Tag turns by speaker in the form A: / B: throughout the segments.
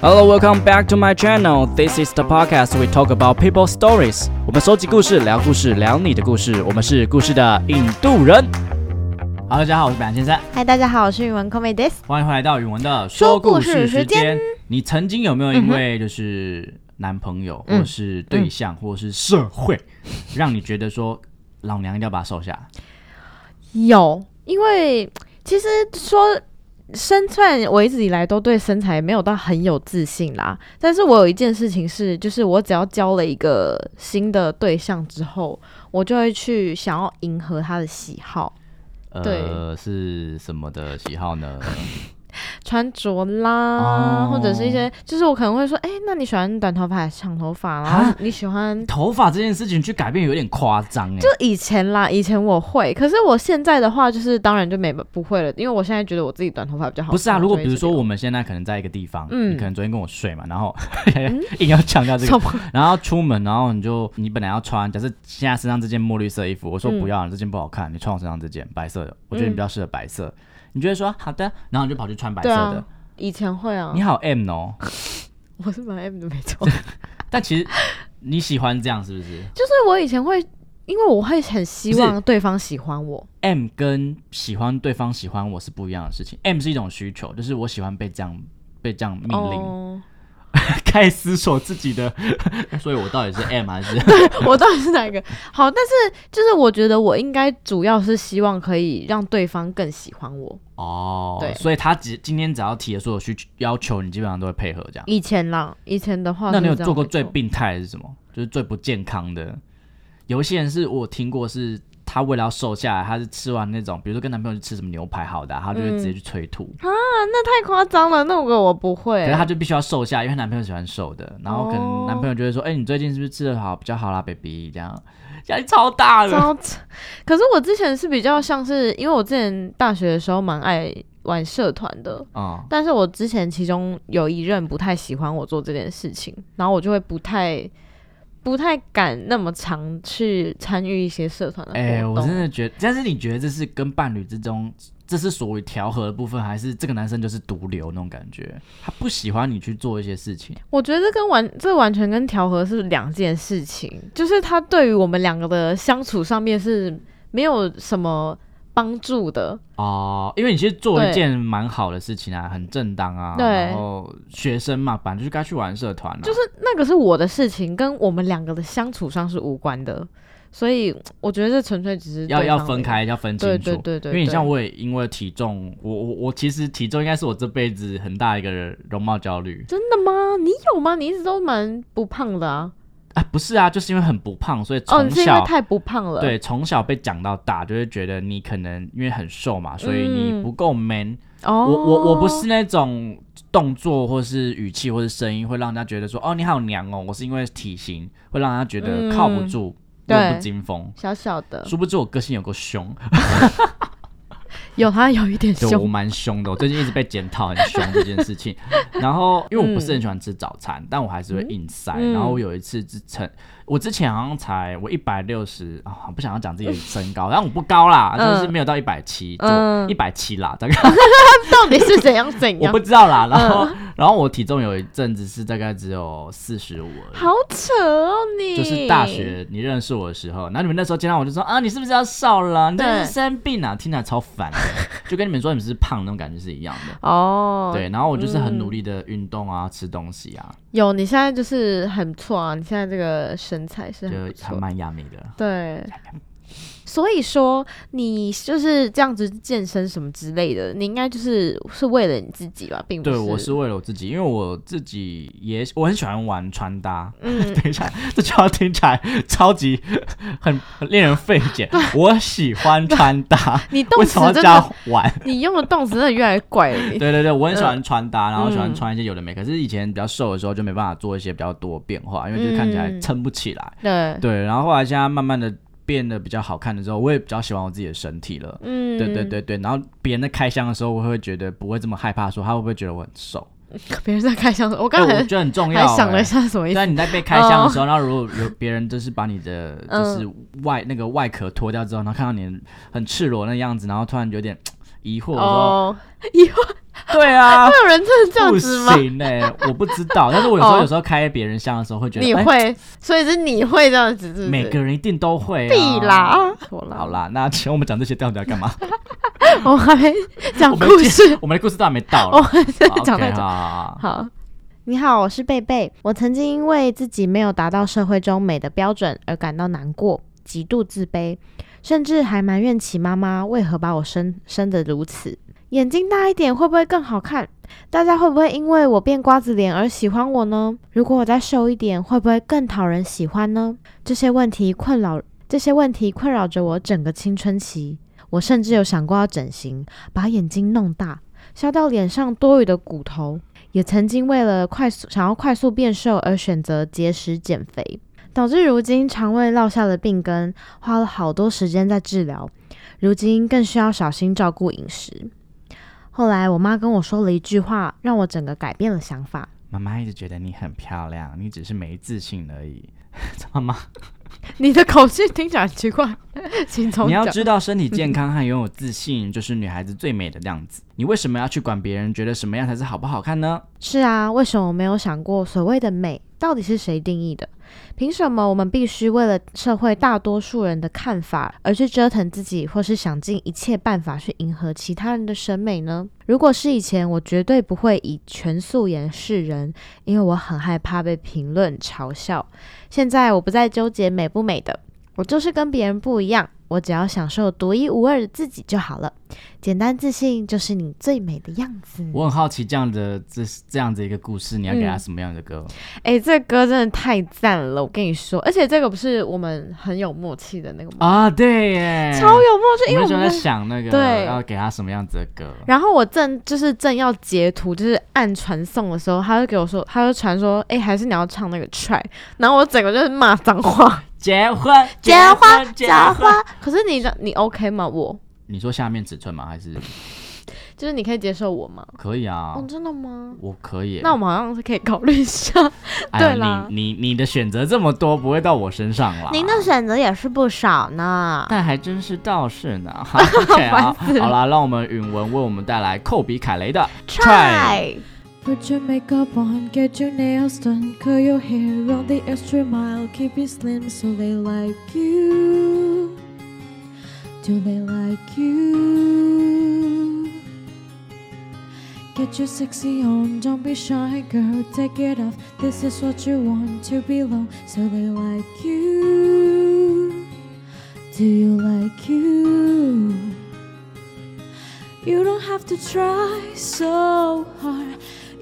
A: Hello, welcome back to my channel. This is the podcast we talk about people stories. 我们收集故事，聊故事，聊你的故事。我们是故事的印度人。好，大家好，我是板先生，
B: 嗨，大家好，我是语文 c o m e d i s
A: 欢迎回来到语文的
B: 说故事
A: 事
B: 时间。
A: 你曾经有没有因为就是男朋友，
B: 嗯
A: 或者是对象，或者是社会，让你觉得说老娘一定要把他收下来？
B: 有，因为其实说身，虽然我一直以来都对身材没有到很有自信啦，但是我有一件事情是，就是我只要交了一个新的对象之后，我就会去想要迎合他的喜好，
A: 呃，
B: 对
A: 是什么的喜好呢？
B: 穿着啦，
A: 哦
B: 或者是一些，就是我可能会说，哎、那你喜欢短头发还是长头发？然后
A: 啊
B: 你喜欢。
A: 头发这件事情去改变有点夸张哎，
B: 就以前啦，以前我会，可是我现在的话，就是当然就没不会了，因为我现在觉得我自己短头发比较好看。
A: 不是啊，
B: 我
A: 如果
B: 哦就
A: 比
B: 一
A: 如
B: 直
A: 说
B: 留
A: 我们现在可能在一个地方，
B: 嗯
A: 你可能昨天跟我睡嘛，然后 硬要强调这
B: 什
A: 个，
B: 么
A: 然后出门，然后你就你本来要穿，假设现在身上这件墨绿色衣服，我说
B: 嗯
A: 不要，这件不好看，你穿我身上这件白色的，我觉得你比较适合白色，你就会说好的，然后你就跑去穿白色
B: 对
A: 的，
B: 啊，以前会啊
A: 你，好 M 哦，
B: 我是蛮 M 的，没 错。
A: 但其实你喜欢这样是不是
B: 就是我以前会，因为我会很希
A: 不
B: 望对方喜欢我，
A: ？M 跟喜欢对方喜欢我是不一样的事情，M 是一种需求，就是我喜欢被这样被这样命令，
B: 哦，
A: 开始思索自己的， 所以我到底是 M 还是？
B: 我到底是哪一个？好，但是就是我觉得我应该主要是希望可以让对方更喜欢我。
A: 哦，
B: 对
A: 所以他只今天只要提的所有需求要求，你基本上都会配合这样。
B: 以前啦，以前的话，
A: 那你有做过最？
B: 啊
A: 病态的是什么？就是最不健康的。有一些人是我有听过，是他为了要瘦下来，他是吃完那种，比如说跟男朋友去吃什么牛排好的啊、他就会直
B: 嗯
A: 接去催吐。
B: 哦太夸张了，那个我不会啊
A: 可是。他就必须要瘦下，因为她男朋友喜欢瘦的，然后可能
B: 哦
A: 男朋友就会说：“哎、你最近是不是吃的好比较好啦，baby？” 这样压力超大的。
B: 糟，可是我之前是比较像是，因为我之前大学的时候蛮爱玩社团的，
A: 嗯，
B: 但是我之前其中有一任不太喜欢我做这件事情，然后我就会不太不太敢那么常去参与一些社团的活动。
A: 哎、我真的觉得，但是你觉得这是跟伴侣之中，这是属于调和的部分，还是这个男生就是毒瘤那种感觉？他不喜欢你去做一些事情，
B: 我觉得这跟完这完全跟调和是两件事情，就是他对于我们两个的相处上面是没有什么帮助的。
A: 哦，因为你其实做了一
B: 对
A: 件蛮好的事情啊，很正当啊。
B: 对
A: 然后学生嘛，本来就是该去玩社团、啊。
B: 就是那个是我的事情，跟我们两个的相处上是无关的，所以我觉得这纯粹只是
A: 要
B: 对
A: 要
B: 方
A: 分
B: 的。
A: 开，要分清
B: 对
A: 楚。
B: 对对对，
A: 因为你
B: 对
A: 像我也因为体重，我我我其实体重应该是我这辈子很大一个容貌焦虑
B: 真的吗？你有吗？你一直都蛮不胖的啊。
A: 啊，不是啊，就是因为很不胖，所以
B: 哦，
A: 从
B: 你是因
A: 小
B: 为太不胖了。
A: 对，从小被讲到大，就会觉得你可能因为很瘦嘛，所以你
B: 嗯
A: 不够 man、
B: 哦，
A: 我我我不是那种动作或是语气或是声音会让人家觉得说哦你好娘哦，我是因为体型会让人家觉得靠不
B: 嗯
A: 住，弱、
B: 对呃
A: 不禁风。
B: 小小的，
A: 殊不知我个性有够凶，
B: 有他有一点
A: 对我
B: 凶。
A: 蛮凶的，我最近一直被检讨很凶这件事 情。然后因为我不是很喜欢吃早餐，但我还是会硬塞。
B: 嗯
A: 然后我有一次之前，我之前好像才我一百六十啊，不想要讲自己的身高，但我不高啦，
B: 嗯
A: 就是没有到一百七，
B: 嗯
A: 一百七啦，大概
B: 到底是怎样怎
A: 我
B: 样嗯
A: 不？知道啦。然后然后我体重有一阵子是大概只有四十五而已。
B: 好扯哦你。
A: 就是大。学你认识我的时候，然后你们那时候见到我就说啊，你是不是要瘦了？你是不是
B: 对
A: 生病啊？听起来超烦的，就跟你们说你们是不是胖那种感觉是一样的。
B: 哦，
A: 对，，然后我就是很
B: 嗯
A: 努力的运动啊，吃东西啊，
B: 有你现在就是很不错啊，你现在这个身材是
A: 就
B: 很不错
A: 还
B: 的
A: 蛮亚美的。
B: 对。所以说，你就是这样子健身什么之类的，你应该就是是为了你自己吧，并不
A: 对，
B: 是。
A: 我是为了我自己，因为我自己也我很喜欢玩穿搭。
B: 嗯，
A: 等一下，这句话听起来超级很很令人费解。我喜欢穿搭，
B: 你 动
A: 为什
B: 词
A: 么要
B: 真
A: 加
B: 的，
A: 玩？
B: 你用的动词真的越来越怪了你。
A: 对对对，我很喜欢穿搭，然后喜欢
B: 嗯
A: 穿一些有的没。可是以前比较瘦的时候就没办法做一些比较多的变化，因为就是看起来
B: 嗯
A: 撑不起来。
B: 对，
A: 对，然后后来现在慢慢的变得比较好看的时候，我也比较喜欢我自己的身体了。
B: 嗯，
A: 对对对对，然后别人在开箱的时候，我会觉得不会这么害怕，说他会不会觉得我很瘦？
B: 别人在开箱，我
A: 哎
B: 刚才
A: 我觉得很重要、
B: 还想了
A: 欸。
B: 一下什么意思。
A: 但你在被开箱的时候，然后如果有别人就是把你的就是
B: 哦
A: 外、那个外壳脱掉之后，然后看到你很赤裸那样子，然后突然有点疑惑，我说、
B: 哦，以后
A: 对啊，
B: 会有人真的 这样
A: 不
B: 子吗？
A: 行哎、我不知道，但是我有时 候
B: 哦
A: 有时候开别人箱的时候会觉得，
B: 你
A: 哎
B: 会，所以是你会这样子，是不是？
A: 每个人一定都会、啊。
B: 必啦，好
A: 好，啦，那请我们讲这些到底要干嘛？
B: 我还没讲
A: 我们
B: 故
A: 今
B: 事，
A: 我们的故事都还没到
B: 我
A: 了，
B: 还在
A: 好
B: 哦 讲
A: OK，
B: 太久。
A: 好好好
B: 好，你好，我是贝贝。我曾经因为自己没有达到社会中美的标准而感到难过，极度自卑，甚至还埋怨起妈妈为何把我生生得如此。眼睛大一点会不会更好看？大家会不会因为我变瓜子脸而喜欢我呢？如果我再瘦一点，会不会更讨人喜欢呢？这些问题困扰，这些问题困扰着我整个青春期。我甚至有想过要整形，把眼睛弄大，削掉脸上多余的骨头，也曾经为了快速想要快速变瘦而选择节食减肥，导致如今肠胃落下了病根，花了好多时间在治疗，如今更需要小心照顾饮食。后来我妈跟我说了一句话，让我整个改变了想法。
A: 妈妈一直觉得你很漂亮，你只是没自信而已。 妈妈，
B: 你的口气听起来很奇怪，请重
A: 你要知道，身体健康和拥有自信就是女孩子最美的样子。你为什么要去管别人觉得什么样才是好不好看呢？
B: 是啊，为什么我没有想过所谓的美到底是谁定义的？凭什么我们必须为了社会大多数人的看法而去折腾自己，或是想尽一切办法去迎合其他人的审美呢？如果是以前，我绝对不会以全素颜示人，因为我很害怕被评论嘲笑。现在我不再纠结美不美的，我就是跟别人不一样，我只要享受独一无二的自己就好了。简单自信就是你最美的样子。
A: 我很好奇这样的这这样子一个故事，你要给她什么样的歌？
B: 哎、这歌真的太赞了！我跟你说，而且这个不是我们很有默契的那个吗？
A: 啊，对耶，
B: 超有默契，因
A: 我们
B: 为我
A: 就
B: 们
A: 在。想那个
B: 对
A: 要给她什么样子的歌。
B: 然后我正就是正要截图，就是按传送的时候，他就给我说，他就传说，哎、还是你要唱那个 try。然后我整个就是骂脏话，
A: 结婚，
B: 婚，
A: 结婚。
B: 花。可是你你 OK 吗？我
A: 你说下面尺寸吗？还是
B: 就是你可以接受我吗？
A: 可以啊
B: 哦，？真的吗？
A: 我可以耶。
B: 那我们好像是可以考虑一下。
A: 哎呀
B: 对啦
A: 你你你的选择这么多，不会到我身上啦。
B: 选择也是不少呢。
A: 但还真是道士 呢。OK 好，好啦，让我们允文为我们带来寇比凯雷的 Try
C: Put your makeup on, get your nails done, curl your hair, run the extra mile, keep it slim so they like you. Do they like you? Get your sexy on, don't be shy, girl, take it off. This is what you want to belong, so they like you. Do you like you? You don't have to try so hard.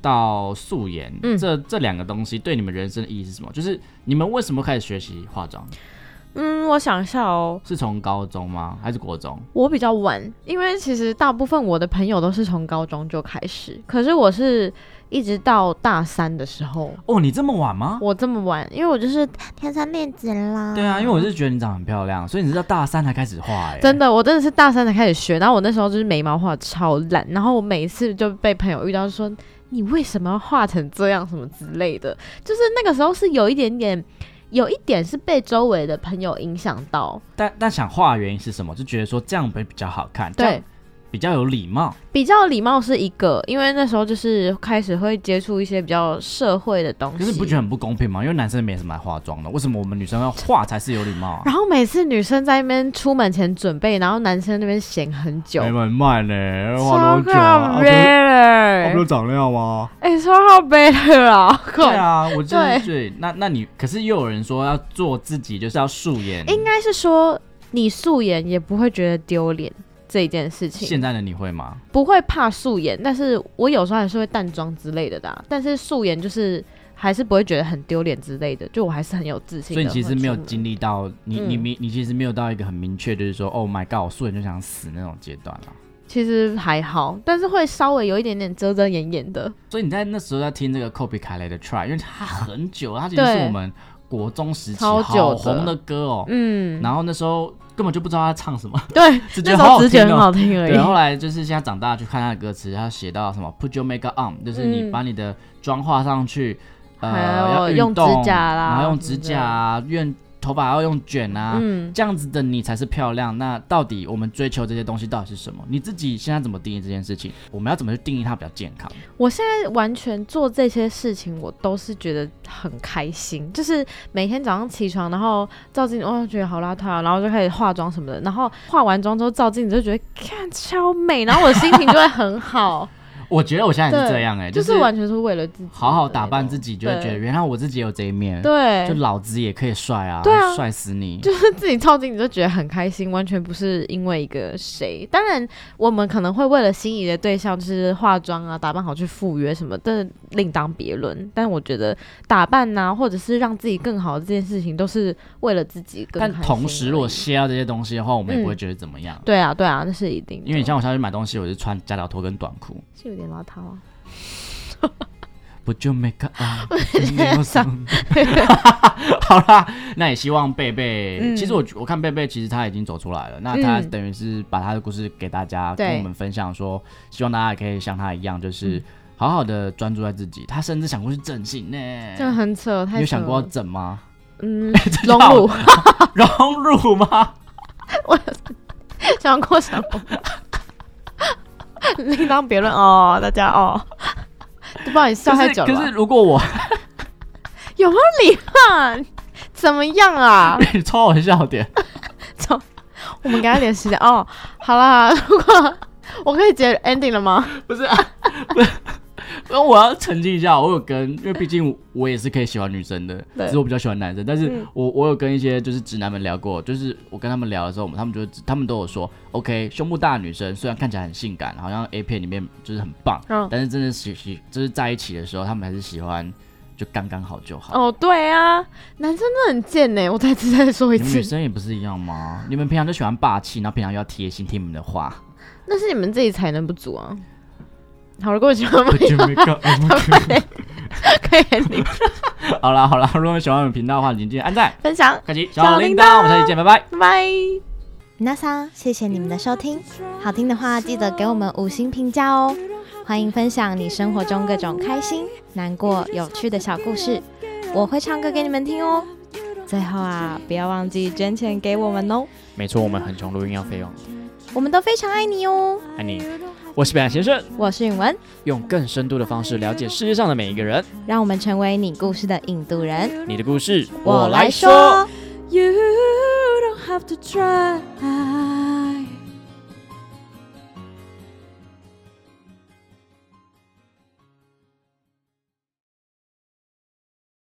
A: 到素颜，
B: 嗯
A: 这这两个东西对你们人生的意义是什么？就是你们为什么开始学习化妆？
B: 嗯，我想一下哦。
A: 是从高中吗？还是国中？
B: 我比较晚，因为其实大部分我的朋友都是从高中就开始，可是我是一直到大三的时候，
A: 哦，你这么晚吗？
B: 我这么晚，因为我就是天生丽质啦。
A: 对啊，因为我是觉得你长得很漂亮，所以你是到大三才开始画、欸，
B: 真的，我真的是大三才开始学，然后我那时候就是眉毛画得超烂，然后我每一次就被朋友遇到就说你为什么要画成这样什么之类的，就是那个时候是有一点点，有一点是被周围的朋友影响到，
A: 但但想画的原因是什么？就觉得说这样会比较好看，这
B: 对
A: 样，比较有礼貌。
B: 比较礼貌是一个，因为那时候就是开始会接触一些比较社会的东西。
A: 可是你不觉得很不公平吗？因为男生没什么爱化妆的，为什么我们女生要化才是有礼貌啊？
B: 然后每次女生在那边出门前准备，然后男生那边闲很久，
A: 人卖呢，
B: 超
A: 啊
B: 靠背了，
A: 长那样吗？
B: 哎，超靠背了啊！
A: 对
B: 靠
A: 啊，我就
B: 对
A: 是对。那那你可是又有人说要做自己，就是要素颜。
B: 应该是说你素颜也不会觉得丢脸这一件事情，
A: 现在的你会吗？
B: 不会怕素颜，但是我有时候还是会淡妆之类的的啊、但是素颜就是还是不会觉得很丢脸之类的，就我还是很有自信
A: 所
B: 的
A: 以
B: 会
A: 你其
B: 出门。
A: 实没有经历到，你你
B: 嗯
A: 明你其实没有到一个很明确，就是说，Oh my God，我素颜就想死那种阶段了。
B: 其实还好，但是会稍微有一点点遮遮掩掩的。
A: 所以你在那时候在听这个 Kobe 凯雷的 Try，因为他很久，他其实是
B: 对
A: 我们国中时期
B: 超久
A: 好
B: 的
A: 红的歌哦。
B: 嗯，
A: 然后那时候根本就不知道他唱什么，
B: 对，
A: 只觉得
B: 那时
A: 好
B: 候
A: 好
B: 只是觉
A: 听
B: 得很
A: 哦。
B: 好听而已
A: 对，。后来就是现在长大去看他的歌词，他写到什么 “Put your makeup on”，就是你
B: 嗯
A: 把你的妆化上去，呃，
B: 还有
A: 要运
B: 用指
A: 动
B: 甲啦
A: 然后用
B: 什
A: 指
B: 么的
A: 甲啊，用头发要用卷啊，
B: 嗯，
A: 这样子的你才是漂亮。那到底我们追求这些东西到底是什么？你自己现在怎么定义这件事情？我们要怎么去定义它比较健康？
B: 我现在完全做这些事情，我都是觉得很开心。就是每天早上起床，然后照镜子，哦，觉得好邋遢啊，然后就开始化妆什么的。然后化完妆之后照镜子，就觉得看超美，然后我心情就会很好。
A: 我觉得我现在也是
B: 对
A: 这样 哎、
B: 就
A: 就是
B: 是完全是为了自己，
A: 好好打扮自己，就会觉得
B: 对
A: 原来我自己有这一面，
B: 对，
A: 就老子也可以帅啊，
B: 对啊
A: 帅死你！
B: 就是自己照镜子就觉得很开心，完全不是因为一个谁。当然，我们可能会为了心仪的对象，就是化妆啊、打扮好去赴约什么，但另当别论。但我觉得打扮呐、或者是让自己更好这件事情，都是为了自己更
A: 但
B: 开心
A: 同时，如
B: 而
A: 果
B: 已
A: 卸掉这些东西的话，我们也不会
B: 嗯
A: 觉得怎么样。
B: 对啊，对啊，那是一定的，
A: 因为你像我下去买东西，我就穿夹脚拖跟短裤，
B: 是有点邋遢啊。
A: 不就 make up 啊？没有什么好啦，那也希望贝贝。
B: 嗯
A: 其实我我看贝贝，其实他已经走出来了。那他
B: 嗯
A: 等于是把他的故事给大家，
B: 对
A: 跟我们分享说，希望大家也可以像他一样，就是
B: 嗯
A: 好好的专注在自己。他甚至想过去整形呢、
B: 这样很扯，
A: 欸哎你
B: 嗯太
A: 有
B: 扯
A: 想过要
B: 了。
A: 整吗？
B: 嗯，
A: 叫
B: 荣辱
A: 荣辱吗？
B: 想过想过， 另当别论哦，大家哦， 不好意思，笑太久了啊
A: 可
B: 吧。
A: 是可是如果 我
B: 有没有理啊？怎么样啊？
A: 超好笑点，
B: 我们给他一点时间哦。好啦，如果我可以结 ending 了吗？
A: 不是啊，不是。因为我要澄清一下，我有跟，因为毕竟我也是可以喜欢女生的，
B: 对
A: 只是我比较喜欢男生。但是
B: 嗯
A: 我我有跟一些就是直男们聊过，就是我跟他们聊的时候，我们他们就他们都有说，OK，胸部大的女生虽然看起来很性感，好像 A 片里面就是很棒，
B: 嗯，
A: 但是真的喜喜就是在一起的时候，他们还是喜欢就刚刚好就 好。
B: 哦，对啊，男生真的很贱呢、我再次再说一
A: 你们女
B: 次，
A: 生也不是一样 吗？你们平常就喜欢霸气，然后平常又要贴心听你们的话。
B: 那是你们自己才能不足啊。好了，各位喜欢
A: Put your makeup on, put your-
B: 可以 ending
A: 好啦好啦，如果喜欢我们频道的话，请记得按赞、
B: 分享，
A: 开启小铃铛，我们下期见，拜拜。
B: 拜拜。
D: 皆さん，谢谢你们的收听。好听的话，记得给我们五星评价哦。欢迎分享你生活中各种开心、难过、有趣的小故事，我会唱歌给你们听哦。最后啊，不要忘记捐钱给我们哦，
A: 没错，我们很穷，录音要哦费用。
D: 我们都非常爱你哦。
A: 爱你，我是北岸先生，
D: 我是允文，
A: 用更深度的方式了解世界上的每一个人。
D: 让我们成为你故事的引渡人。
A: 你的故事，
D: 我来说。
C: You don't have to try.